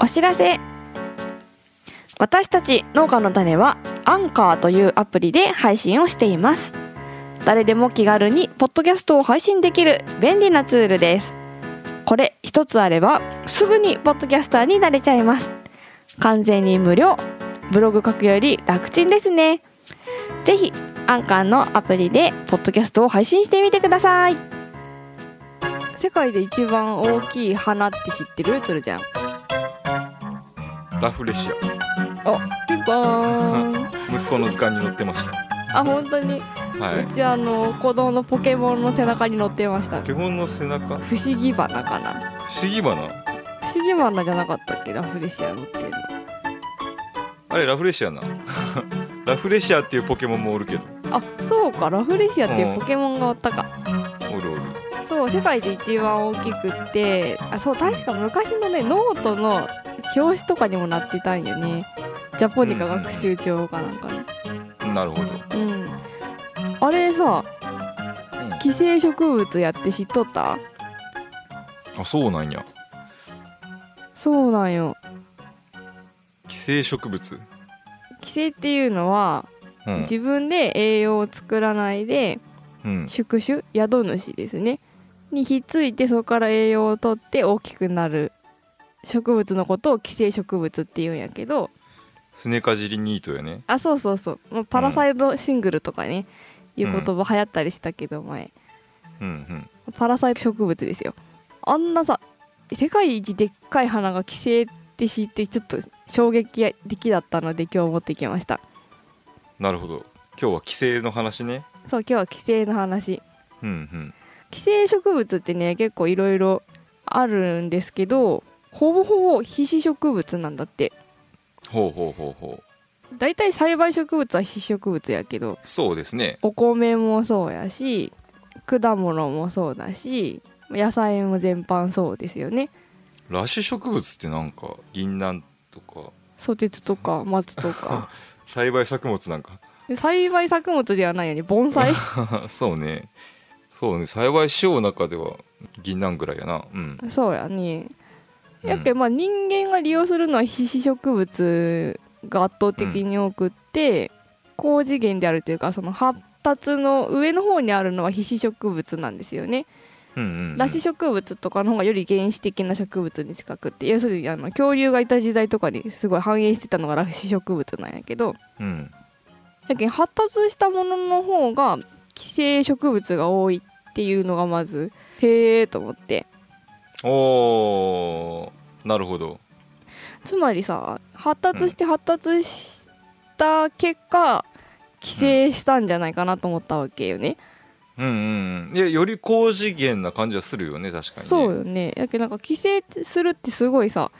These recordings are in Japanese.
お知らせ私たち農家の種はアンカーというアプリで配信をしています誰でも気軽にポッドキャストを配信できる便利なツールですこれ一つあればすぐにポッドキャスターになれちゃいます完全に無料ブログ書くより楽ちんですねぜひアンカーのアプリでポッドキャストを配信してみてください世界で一番大きい花って知ってるつるちゃんラフレシおピンポーンア息子の図鑑に載ってましたあ本当にはういちあの子供のポケモンの背中に乗ってましたポケモンの背中不思議花かな不思議花不思議花じゃなかったっけラフレシア乗ってるのあれラフレシアな ラフレシアっていうポケモンもおるけどあそうかラフレシアっていうポケモンがおったか、おるおるそう世界で一番大きくってあそう確か昔のねノートの表紙とかにもなってたんよねジャポニカ学習帳かなんかねなるほうど、ん、あれさ寄生植物やって知っとったあそうなんやそうなんよ寄生植物寄生っていうのは、うん、自分で栄養を作らないでうん、宿主宿主ですねにひっついてそこから栄養をとって大きくなる植物のことを寄生植物って言うんやけどスネカジリニートやねあそうそうそう、まあ、パラサイトシングルとかね、いう言葉流行ったりしたけど前うんパラサイト植物ですよあんなさ世界一でっかい花が寄生って知ってちょっと衝撃的だったので今日持ってきましたうんなるほど今日は寄生の話ねそう今日は寄生の話うんうん寄生植物ってね結構いろいろあるんですけどほぼほぼ被子植物なんだってほうほうほうほうだいたい栽培植物は被子植物やけどそうですねお米もそうやし果物もそうだし野菜も全般そうですよね裸子植物ってなんか銀杏とかソテツとか松とか栽培作物なんかで栽培作物ではないよね盆栽そうねそうね栽培しよう中では銀杏ぐらいやなうんそうやねうんやっけまあ人間が利用するのは被子植物が圧倒的に多くって、高次元であるというかその発達の上の方にあるのは被子植物なんですよね。うんうんうん裸子植物とかの方がより原始的な植物に近くって要するにあの恐竜がいた時代とかにすごい繁栄してたのが裸子植物なんやけどうんやけん発達したものの方が寄生植物が多いっていうのがまずへえと思っておーなるほどつまりさ発達して発達した結果寄生したんじゃないかなと思ったわけよね。うんうんうんいやより高次元な感じはするよね確かに、ね、そうよね。やけどなんか寄生するってすごいさ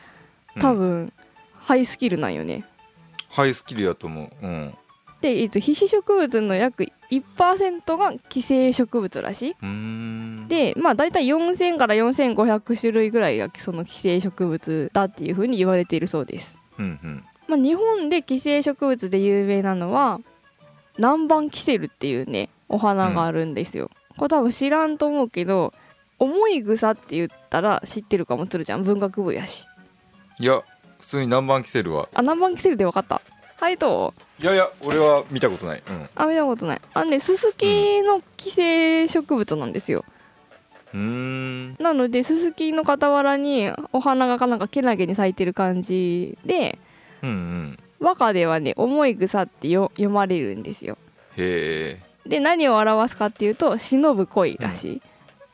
うん多分、ハイスキルなんよね。ハイスキルやと思ううんでいつ被子植物の約1%が寄生植物らしいうーんでまあ大体4000から4500種類ぐらいがその寄生植物だっていうふうに言われているそうです。うんうんまあ、日本で寄生植物で有名なのは南蛮キセルっていうねお花があるんですよ、これ多分知らんと思うけど重い草って言ったら知ってるかもつるちゃん文学部やしいや普通に南蛮キセルはあ南蛮キセルで分かったはいどういやいや俺は見たことないうんあ見たことないあのねススキの寄生植物なんですようーんなのでススキの傍らにお花がなんかけなげに咲いてる感じでうんうん和歌ではね重い草ってよ読まれるんですよへえで何を表すかっていうと忍ぶ恋らしい、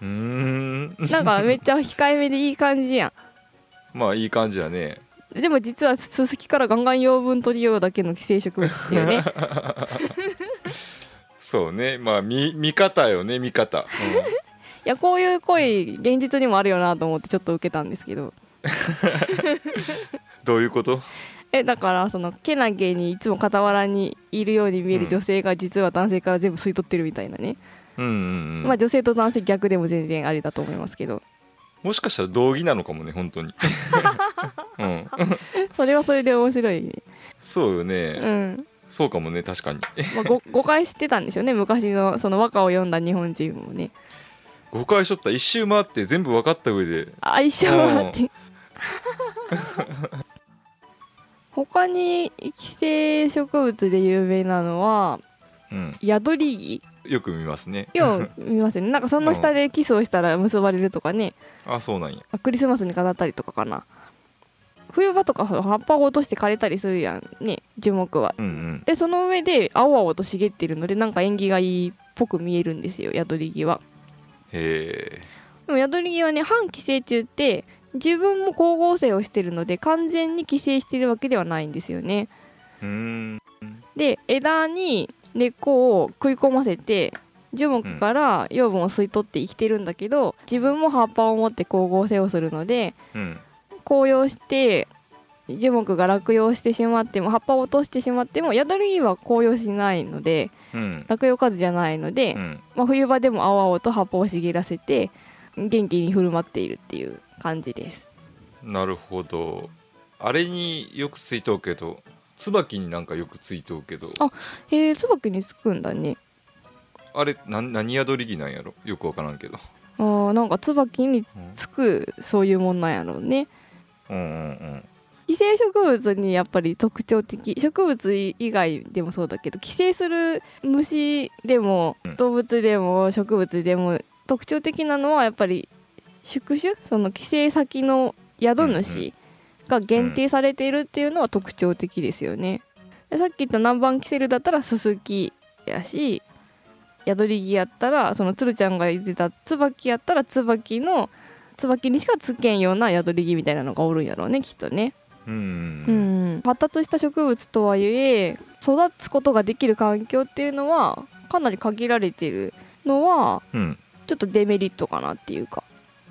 うーん なんかめっちゃ控えめでいい感じやまあいい感じだねんでも実はススキからガンガン養分取りようだけの寄生植物っていう ねそうねまあ見見方よね見方、いやこういう恋現実にもあるよなと思ってちょっと受けたんですけどうんどういうことえだからそのけなげにいつも傍らにいるように見える女性が実は男性から全部吸い取ってるみたいなね、うんうん、うんまあ女性と男性逆でも全然ありだと思いますけどもしかしたら道義なのかもね本当に、うん、それはそれで面白い、ね、そうよね、うん、そうかもね確かにまあ、ご誤解してたんでしょうね昔のその和歌を読んだ日本人もね誤解しとった一周回って全部分かった上で相性はあって他に寄生植物で有名なのはうん、ヤドリギよく見ますねよう見ますねなんかその下でキスをしたら結ばれるとかねあそうなんやあクリスマスに飾ったりとかかな冬場とか葉っぱを落として枯れたりするやんね樹木はうんうんでその上で青々と茂っているのでなんか縁起がいいっぽく見えるんですよヤドリギはへえでもヤドリギはね反寄生って言って自分も光合成をしてるので完全に寄生してるわけではないんですよねうーんで枝に根っこを食い込ませて樹木から養分を吸い取って生きてるんだけど自分も葉っぱを持って光合成をするのでうん紅葉して樹木が落葉してしまっても葉っぱを落としてしまってもヤドリギは紅葉しないのでうん落葉数じゃないので、うんまあ、冬場でも青々と葉っぱを茂らせて元気に振る舞っているっていう感じです。なるほどあれによくついとうけど椿になんかよくついとうけどああへえ椿につくんだね。れなん何宿り木なんやろよくわからんけどあーなんか椿につくそういうもんなんやろうね。うんうんうん寄生植物にやっぱり特徴的植物以外でもそうだけど寄生する虫でもうん動物でも植物でも特徴的なのはやっぱり宿主その寄生先の宿主が限定されているっていうのは特徴的ですよね。でさっき言った南蛮寄生類だったらススキやし宿り木やったらそのつるちゃんが言ってた椿やったら椿の椿にしかつけんような宿り木みたいなのがおるんやろうねきっとね。うんうんううんん、発達した植物とはいえ育つことができる環境っていうのはかなり限られてるのはうんちょっとデメリットかなっていうか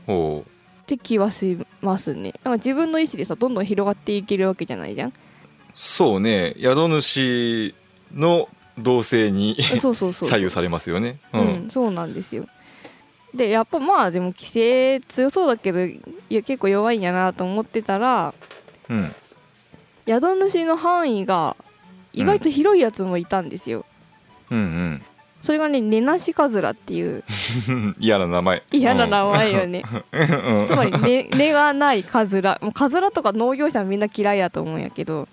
ほうって気はしますねなんか自分の意思でさどんどん広がっていけるわけじゃないじゃんそうね宿主の動静にそうそうそう左右されますよねう、うんん、そうなんですよでやっぱまあでも規制強そうだけどいや結構弱いんやなと思ってたらうん、宿主の範囲が意外と広いやつもいたんですよ、うんそれがねネナシカズラっていううん 嫌な名前嫌な名前よねうんつま り根根がないカズラもうカズラとか農業者みんな嫌いやと思うんやけど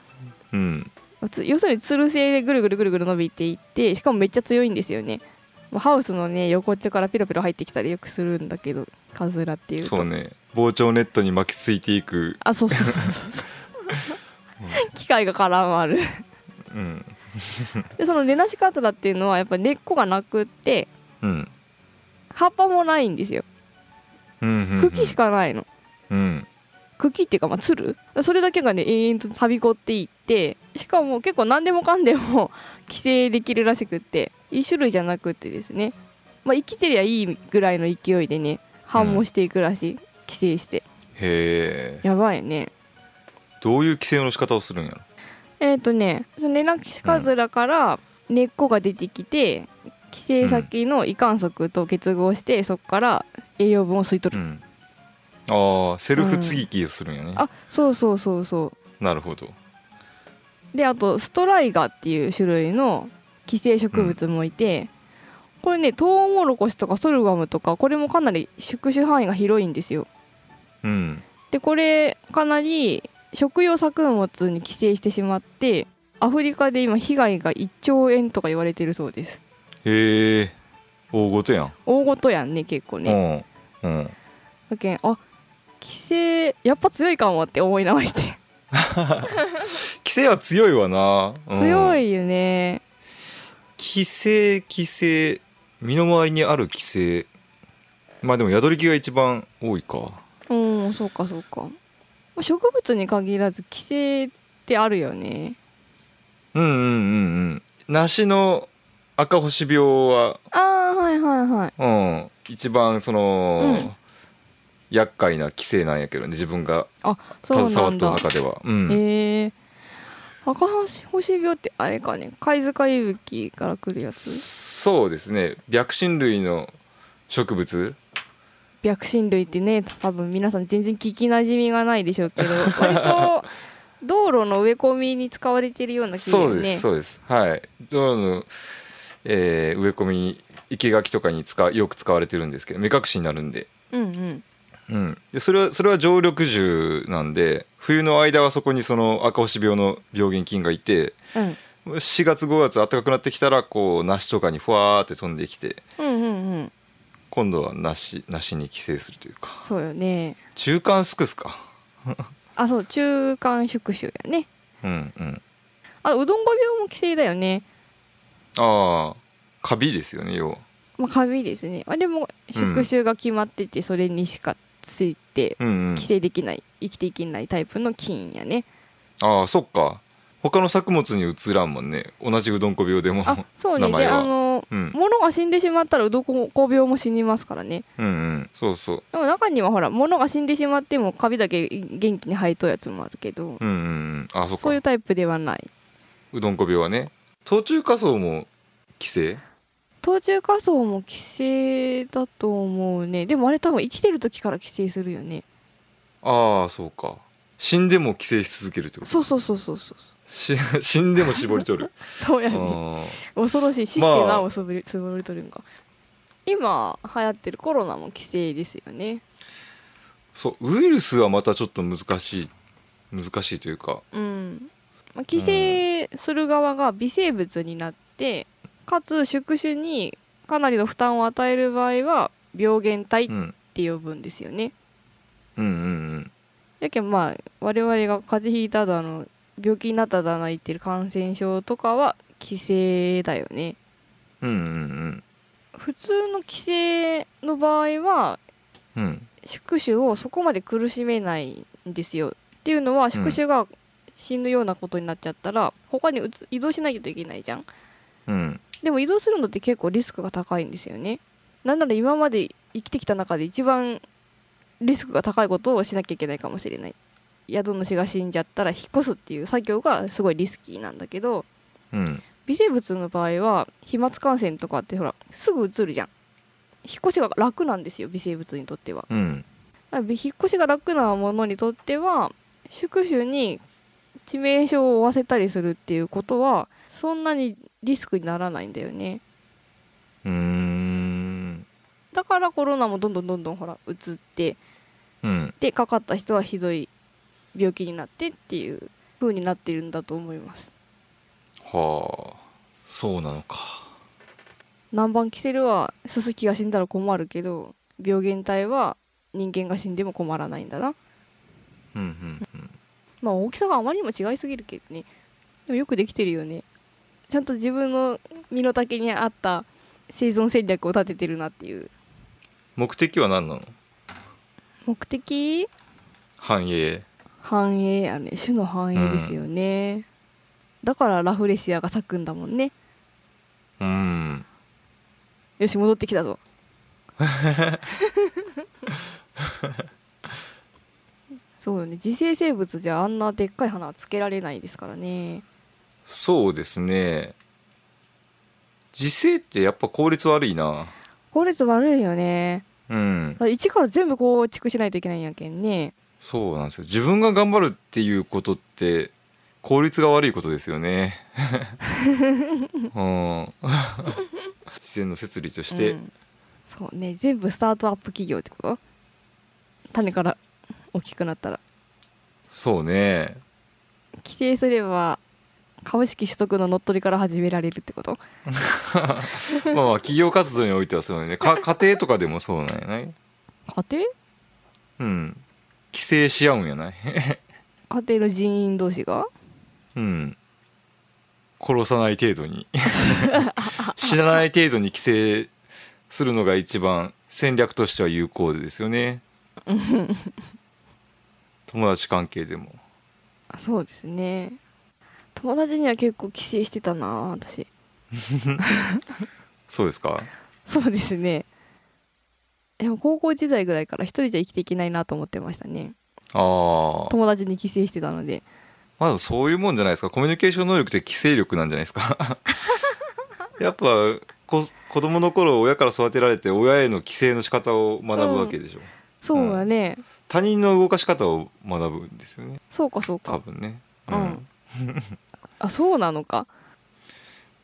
うんつ要するにつる性でぐるぐるぐるぐる伸びていってしかもめっちゃ強いんですよねもうハウスのね横っちょからピロピロ入ってきたりよくするんだけどカズラっていうとそうね膨張ネットに巻きついていく、あそうそうそうそうそう機械が絡まるうんでそのレナシカズラっていうのはやっぱ根っこがなくってうん葉っぱもないんですようんうんうん、茎しかないのうん茎っていうかまあつるそれだけがね永遠とはびこっていってしかも結構何でもかんでも寄生できるらしくって一種類じゃなくってですね、まあ、生きてりゃいいぐらいの勢いでね繁茂していくらしい、寄生してへえやばいねどういう規制の仕方をするんやろえっ、とねそのネナキシカズラから根っこが出てきて寄生先の胃管束と結合してそこから栄養分を吸い取うる、んああセルフ継ぎ木をするんやね、あそうそうそうそうなるほどであとストライガっていう種類の寄生植物もいて、これねトウモロコシとかソルガムとかこれもかなり宿主範囲が広いんですようんでこれかなり食用作物に寄生してしまってアフリカで今被害が1兆円とか言われてるそうですへえ大ごとやん、大ごとやんね結構ねうんうんだけんあ寄生やっぱ強いかもって思い直して規制は強いわな、うん強いよね規制規制身の回りにある規制まあでも宿り木が一番多いかうんそうかそうかまあ植物に限らず寄生ってあるよねうんうんうんうん梨の赤星病はああはいはいはいうん一番その、うん厄介な規制なんやけどね自分があそう携なわっんただ中ではうんへえ赤星病ってあれかね貝塚いぶきから来るやつそうですね白身類の植物白身類ってね多分皆さん全然聞きなじみがないでしょう けど割と道路の植え込みに使われてるような気がそうですねそうですはい道路の、えー植え込み生け垣とかに使うよく使われてるんですけど目隠しになるんでうんうんうん、でそれはそれは常緑樹なんで冬の間はそこにその赤星病の病原菌がいてうん4月5月暖かくなってきたらこう梨とかにふわーって飛んできてうんうんうん今度は梨梨に寄生するというかそうよね中間すくすかあそう中間宿主やねうんうんあうどんご病も寄生だよねああカビですよね要はまあ紙ですねあでも宿主が決まっててそれにしかついてうんうん寄生できない生きていけないタイプの菌やねああそっか他の作物に移らんもんね同じうどんこ病でもあそう名ね前ではあのうん物が死んでしまったらうどんこ病も死にますからねうんうんそうそうでも中にはほら物が死んでしまってもカビだけ元気に生えとうやつもあるけどうんうんうんあそっかそういうタイプではないうどんこ病はね途中仮想も寄生冬虫夏草も寄生だと思うねでもあれ多分生きてる時から寄生するよねああそうか死んでも寄生し続けるってことそうそうそうそうそうし 死んでも絞り取るそうやあねー恐ろしい死してまなあおつぶりつぶりとるんか今流行ってるコロナも寄生ですよねそうウイルスはまたちょっと難しい難しいというかうん、まあ、寄生する側が微生物になってかつ宿主にかなりの負担を与える場合は病原体っうんて呼ぶんですよねうんうんやけんまあ我々が風邪ひいただの病気になっただな言ってる感染症とかは寄生だよねうんうんうん普通の寄生の場合はうんうん宿主をそこまで苦しめないんですよっていうのは宿主が死ぬようなことになっちゃったら他にうつ移動しなきゃいけないじゃんうんでも移動するのって結構リスクが高いんですよねなんなら今まで生きてきた中で一番リスクが高いことをしなきゃいけないかもしれない宿主が死んじゃったら引っ越すっていう作業がすごいリスキーなんだけどうん微生物の場合は飛沫感染とかってほらすぐ移るじゃん引っ越しが楽なんですよ微生物にとってはうんだから引っ越しが楽なものにとっては宿主に致命傷を負わせたりするっていうことはそんなにリスクにならないんだよねうーんだからコロナもどんどんどんどんほらうつってうんでかかった人はひどい病気になってっていう風になってるんだと思いますはあそうなのか南蛮キセルはススキが死んだら困るけど病原体は人間が死んでも困らないんだなうんうんうんまあ大きさがあまりにも違いすぎるけどねでもよくできてるよねちゃんと自分の身の丈に合った生存戦略を立ててるなっていう目的は何なの目的繁栄繁栄やね種の繁栄ですよね、だからラフレシアが咲くんだもんねうんよし戻ってきた ぞそうよね自生生物じゃあんなでっかい花はつけられないですからねそうですね時勢ってやっぱ効率悪いな効率悪いよねうん一から全部構築しないといけないんやけんねそうなんですよ自分が頑張るっていうことって効率が悪いことです よねうん自然の摂理として、うんそうね全部スタートアップ企業ってこと種から大きくなったらそうね規制すれば株式取得の乗っ取りから始められるってことまあまあ企業活動においてはそうよねか家庭とかでもそうなんやない家庭うん規制し合うんやない家庭の人員同士がうん殺さない程度に 死なない程度に規制するのが一番戦略としては有効です よね友達関係でもあそうですね友達には結構規制してたな私そうですかそうですねでも高校時代ぐらいから一人じゃ生きていけないなと思ってましたねああ友達に規制してたのでまあそういうもんじゃないですかコミュニケーション能力って規制力なんじゃないですか やっぱこ子供の頃親から育てられて親への規制の仕方を学ぶわけでしょ、そうやね、他人の動かし方を学ぶんですよねそうかそう多か分ね、うんあそうなのか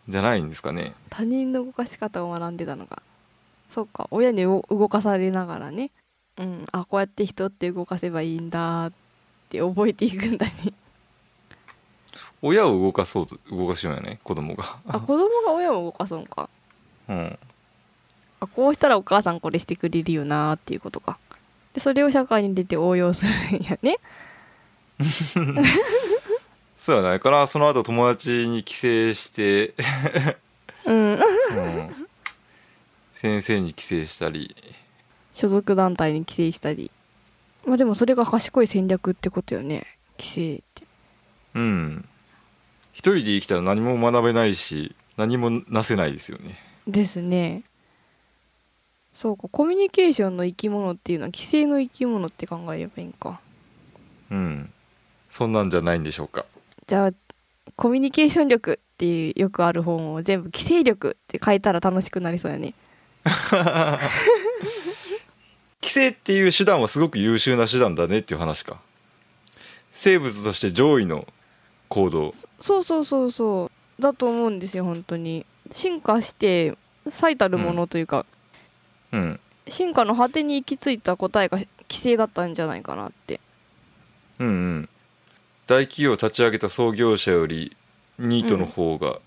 じゃないんですかね他人の動かし方を学んでたのかそうか親にお動かされながらねうん、あこうやって人って動かせばいいんだって覚えていくんだね親を動かそうと動かしようよね子供があ子供が親を動かすのか うんあこうしたらお母さんこれしてくれるよなっていうことかでそれを社会に出て応用するんやねそうやないからその後友達に帰省して、うんうん、先生に帰省したり 所属団体に帰省したりまあでもそれが賢い戦略ってことよね帰省ってうん一人で生きたら何も学べないし何もなせないですよねですねそうかコミュニケーションの生き物っていうのは帰省の生き物って考えればいいんかうんそんなんじゃないんでしょうかじゃあコミュニケーション力っていうよくある本を全部規制力って変えたら楽しくなりそうやね帰省っていう手段はすごく優秀な手段だねっていう話か生物として上位の行動そうそうそうそうだと思うんですよ本当に進化して最たるものというか、うん進化の果てに行き着いた答えが規制だったんじゃないかなってうんうん大企業を立ち上げた創業者よりニートの方が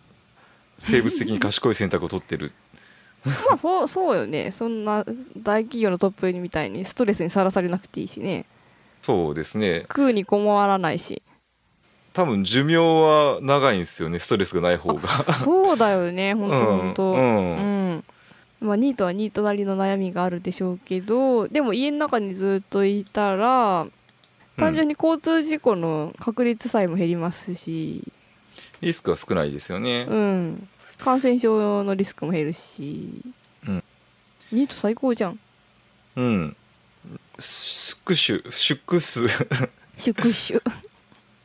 生物的に賢い選択を取ってる、まあそうそうよねそんな大企業のトップみたいにストレスにさらされなくていいしねそうですね食うに困らないし多分寿命は長いんですよねストレスがない方がそうだよね本当本当うんうんまあ、ニートはニートなりの悩みがあるでしょうけどでも家の中にずっといたら単純に交通事故の確率さえも減りますし、リスクは少ないですよね、うん、感染症のリスクも減るし、うんニート最高じゃんうん。宿主、宿主、宿主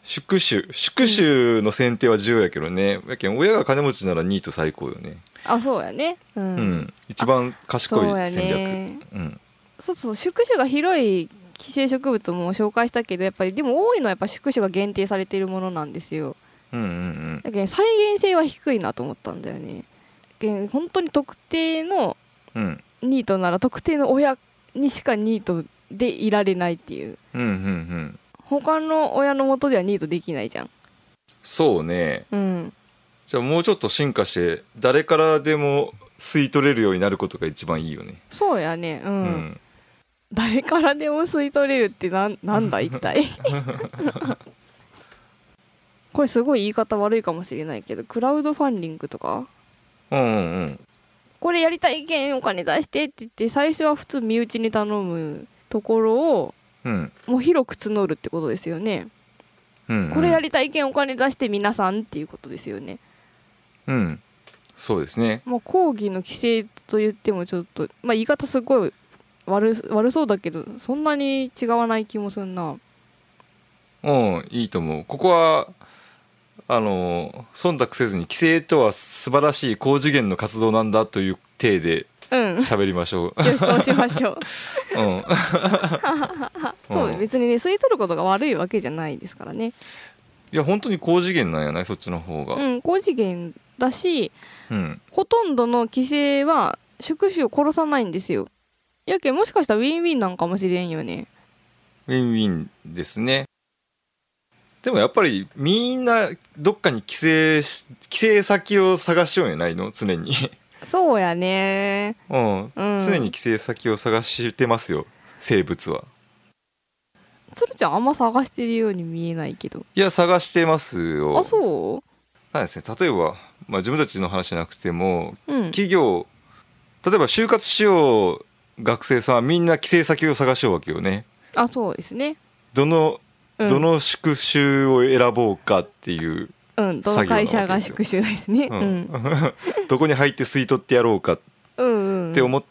宿主、宿主の選定は重要やけどね。やけん、親が金持ちならニート最高よね。 あそうやねうん、うん。一番賢そうやい戦略。ねうん。そうそう宿主が広い寄生植物も紹介したけどやっぱりでも多いのはやっぱ宿主が限定されているものなんですようんうんだけど再現性は低いなと思ったんだよねだけど本当に特定のうん。うん。ニートなら特定の親にしかニートでいられないっていううんうんうん。他の親の元ではニートできないじゃんそうね。うんじゃあもうちょっと進化して、誰からでも吸い取れるようになることが一番いいよね。そうやねうん、うん。誰からでも吸い取れるって なんなんだ一体これすごい言い方悪いかもしれないけどクラウドファンディングとかうんうんうん。これやりたいけんお金出してって言って最初は普通身内に頼むところをうん。もう広く募るってことですよね、うんうん、これやりたいけんお金出して皆さんっていうことですよねうんそうですねもう講義の規制と言ってもちょっと、まあ、言い方すごい悪悪そうだけどそんなに違わない気もすんなうんいいと思うここはあの忖度せずに規制とは素晴らしい高次元の活動なんだという体で うん よし喋りましょうそうしましょううん そう、うん別にね吸い取ることが悪いわけじゃないですからねいや本当に高次元なんやねそっちの方がうん高次元だしうんほとんどの規制は宿主を殺さないんですよやけんもしかしたらウィンウィンなんかもしれんよねウィンウィンですねでもやっぱりみんなどっかに帰省し帰省先を探しようんやないの常に そうやねうん、うん常に帰省先を探してますよ生物は鶴ちゃんあんま探してるように見えないけどいや探してますよあそうなんですね例えば、まあ、自分たちの話じゃなくてもうん企業例えば就活しよう学生さんはみんな帰省先を探しようわけよねあそうですねどの、うんどの宿主を選ぼうかっていう、うん、どの会社が宿主ですね。ううんん、 どこに入って吸い取ってやろうかっうん、うん、て思っ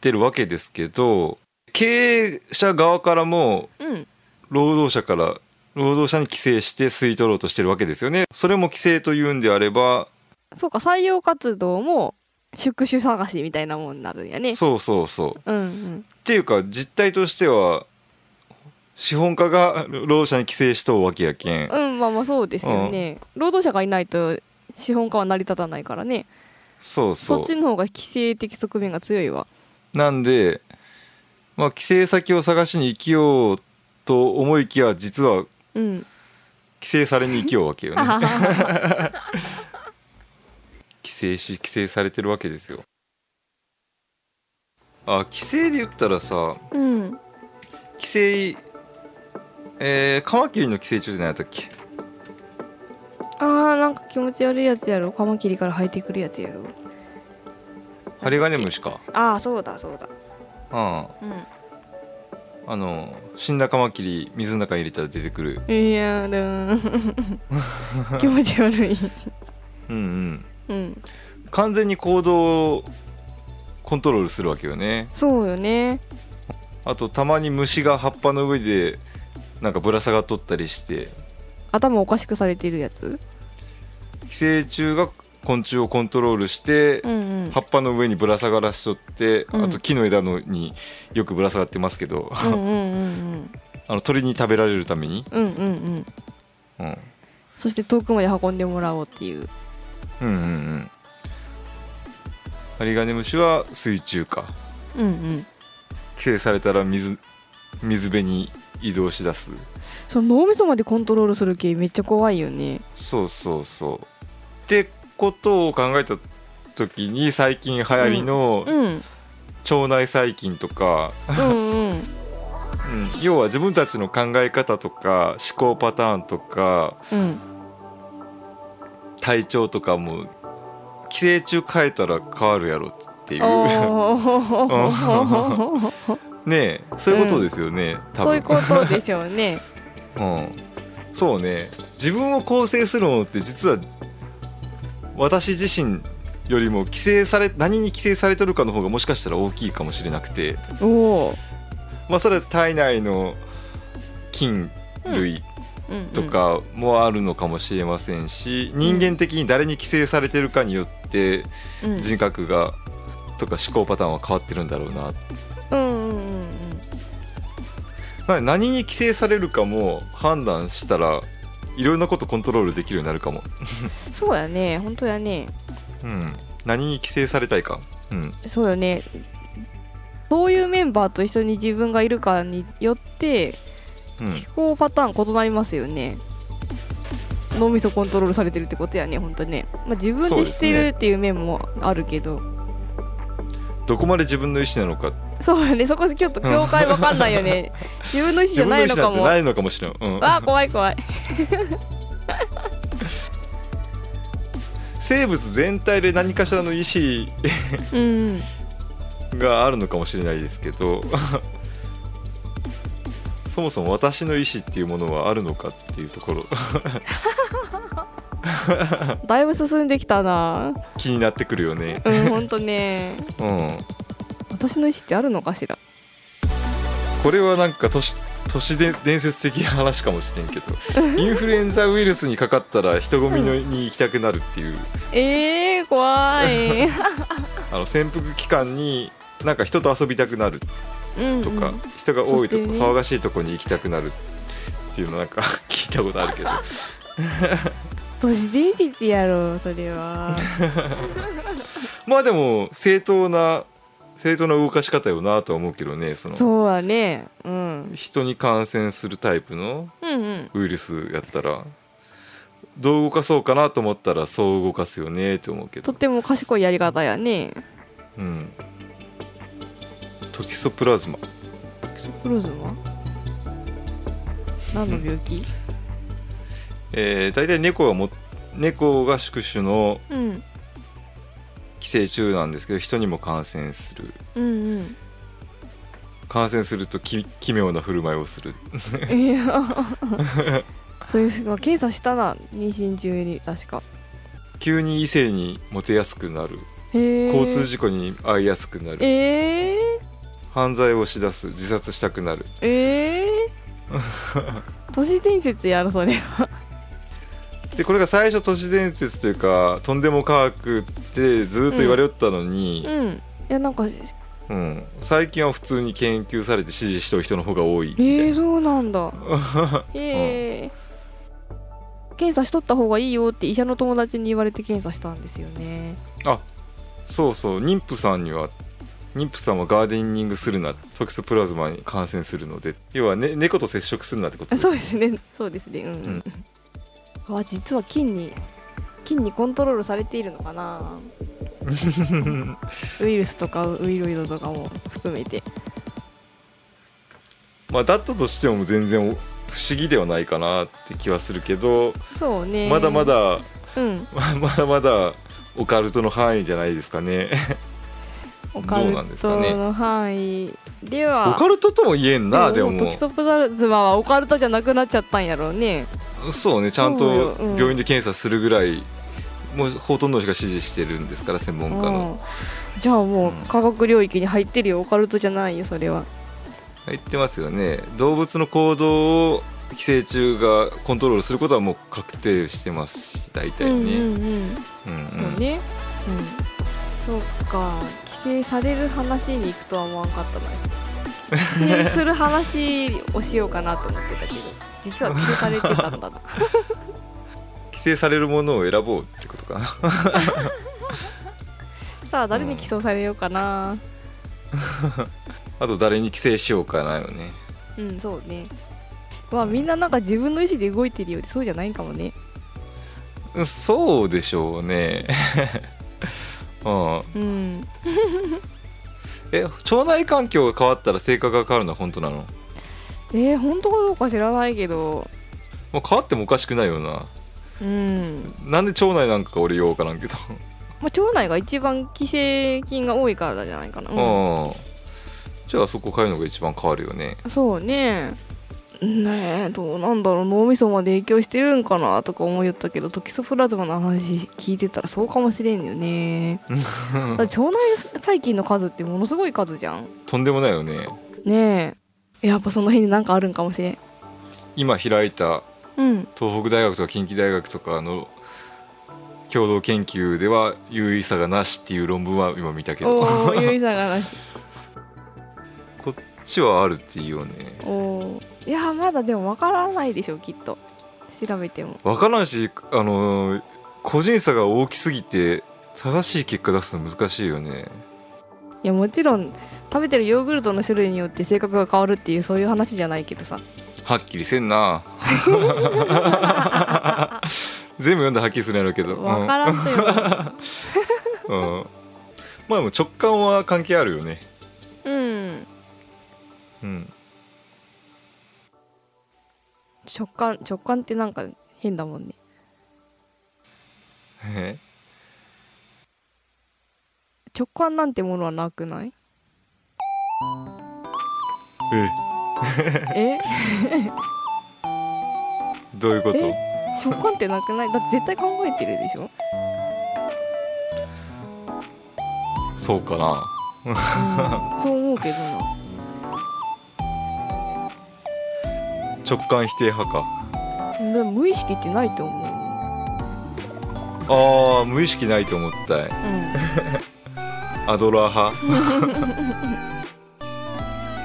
てるわけですけど経営者側からもうん、労働者から労働者に帰省して吸い取ろうとしてるわけですよねそれも帰省というんであればそうか、採用活動も宿主探しみたいなもんになるんやね。そうそうそううん、うん、っていうか実態としては資本家が 労働者に寄生しとうわけやけん、うん、まあまあ、そうですよね。労働者がいないと資本家は成り立たないからね。そうそそっちの方が規制的側面が強いわ。うなんでまあ、帰省先を探しに生きようと思いきや実はうん帰省されに生きようわけよ ね帰省し帰省されてるわけですよあ帰省で言ったらさうん帰省えー、カマキリの寄生虫じゃないやったっけあーなんか気持ち悪いやつやろカマキリから生えてくるやつやろハリガネムシかああそうだそうだうんうあの死んだカマキリ水の中に入れたら出てくるんいやでも 気持ち悪いうんうんうん完全に行動をコントロールするわけよねそうよねあとたまに虫が葉っぱの上でなんかぶら下がっとったりして頭おかしくされてるやつ寄生虫が昆虫をコントロールして、うんうん葉っぱの上にぶら下がらしとって、うんあと木の枝のによくぶら下がってますけど、 うんうんうんあの鳥に食べられるために、うんうんうんうんうん、そして遠くまで運んでもらおうっていううんうんうんハリガネムシは水中かうんうん寄生されたら水水辺に移動しだすその脳みそまでコントロールする系めっちゃ怖いよねそうそうそうってことを考えた時に最近流行りのうんうん腸内細菌とか、うんうん要は自分たちの考え方とか思考パターンとかうん体調とかも寄生虫変えたら変わるやろっていうおー ねえそういうことですよね、多分そういうことでしょうねうん、そうね自分を構成するものって実は私自身よりも規制され何に規制されてるかの方がもしかしたら大きいかもしれなくて、お おーまあ、それは体内の菌類うんうんとかもあるのかもしれませんし、人間的に誰に規制されてるかによってうん人格がとか思考パターンは変わってるんだろうなうんうんうんうんまあ何に規制されるかも判断したらいろんなことコントロールできるようになるかも。そうやね本当やねうん、何に規制されたいか、うん、そうよねどういうメンバーと一緒に自分がいるかによってうん、思考パターン異なりますよね、脳みそコントロールされてるってことやね本当ね、まあ、自分そうででしすねてるっていう面もあるけどどこまで自分の意思なのかそうよねそこちょっと境界わかんないよね自分の意思じ自ゃ分のない意の思かなんてもないのかもしれん、うん、わあ怖い怖い生物全体で何かしらの意思うんがあるのかもしれないですけど そもそも私の意思っていうものはあるのかっていうところ だいぶ進んできたな気になってくるよね、うん本当ねうん、私の意思ってあるのかしらこれはなんか都市都市で伝説的な話かもしれんけどインフルエンザウイルスにかかったら人混みのに行きたくなるっていうえー、怖 いあの潜伏期間になんか人と遊びたくなるうんとか、うん人が多いとこ、そしてね騒がしいとこに行きたくなるっていうのなんか 聞いたことあるけど都市伝説やろそれ はまあでも正当な正当な動かし方よなとは思うけどねそのそうだねうん人に感染するタイプのうんうんウイルスやったらどう動かそうかなと思ったらそう動かすよねって思うけとっど、ても賢いやり方やねうん、トキソプラズマエクソプロズマ何の病気えー、大体猫がも猫が宿主のうん寄生虫なんですけど人にも感染するうんうん感染するとき奇妙な振る舞いをするいやそういうの検査したな妊娠中に確か急に異性にモテやすくなるへえ交通事故に遭いやすくなるえー、犯罪をしだす自殺したくなるえ ー、都市伝説やろそれはでこれが最初都市伝説というかとんでも科学ってずっと言われよったのに、うんいやなんかうん最近は普通に研究されて支持してる人の方が多いみたえいな、ー、そうなん だええ検査しとった方がいいよって医者の友達に言われて検査したんですよねそうそう妊婦さんには妊婦さんはガーデニングするなトキソプラズマに感染するので要は、ね、猫と接触するなってことあですそうねですねそうですねうん、あ実は菌に菌にコントロールされているのか なウイルスとかウイロイドとかも含めてまあだったとしても全然不思議ではないかなって気はするけど、そうねまだまだうんままだまだオカルトの範囲じゃないですかねオカルどうなんですかねトの範囲ではオカルトとも言えんなでもトキソプラズマはオカルトじゃなくなっちゃったんやろうねそうねちゃんそうよとうん病院で検査するぐらいもうほとんどの人が支持してるんですから専門家のうんじゃあもううん科学領域に入ってるよオカルトじゃないよそれは言ってますよね動物の行動を寄生虫がコントロールすることはもう確定してますし大体ね、ううんんうんうんうんそうね、うん、そうか帰省される話に行くとは思わんかったな帰省する話をしようかなと思ってたけど実は帰省されてたんだな規制されるものを選ぼうってことかな さあ誰に帰省されようかなあと誰に規制しようかなよねうん、そうねまあみんななんか自分の意思で動いてるようでそうじゃないんかもねうんそうでしょうね うんうんえ腸内環境が変わったら性格が変わるのは本当なのえー、本当かどうか知らないけどもう変わってもおかしくないよなうん、なんで腸内なんかが俺ようわからんけどまあ、腸内が一番寄生菌が多いからじゃないかな、うんうん、じゃあそこ変えるのが一番変わるよねそうねねえどうなんだろう脳みそまで影響してるんかなとか思いよったけどトキソプラズマの話聞いてたらそうかもしれんよ ねだって腸内細菌の数ってものすごい数じゃんとんでもないよねねえやっぱその辺になんかあるんかもしれん今開いたうん東北大学とか近畿大学とかの共同研究では有意差がなしっていう論文は今見たけおど おゆいさんがなしこっちはあるっていうよねおおいやまだでもわからないでしょきっと調べてもわからんしあのー個人差が大きすぎて正しい結果出すの難しいよねいやもちろん食べてるヨーグルトの種類によって性格が変わるっていうそういう話じゃないけどさはっきりせ んな全部読んだらはっきりするんやろうけどうんわからんとよ、 うんまあでも直感は関係あるよね。うんうん。 直感直感ってなんか変だもんねえ直感なんてものはなくないえどういうことえ直感ってなくないだって絶対考えてるでしょ、そうかな。 うん、そう思うけどな直感否定派か。でも無意識ってないと思、ああ無意識ないと思ったいううアドラー派。ん、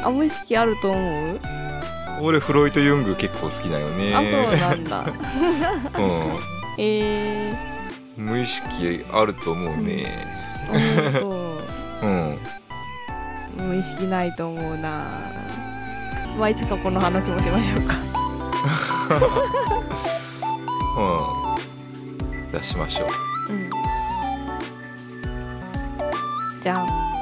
あ無意識あると思う、俺フロイト・ユング結構好きだよね。あそうなん だえうん。無意識あると思うね。ー、思ううん。と無意識ないと思うなまあいつかこの話もしましょうかうん。じゃあしましょうう。んじゃん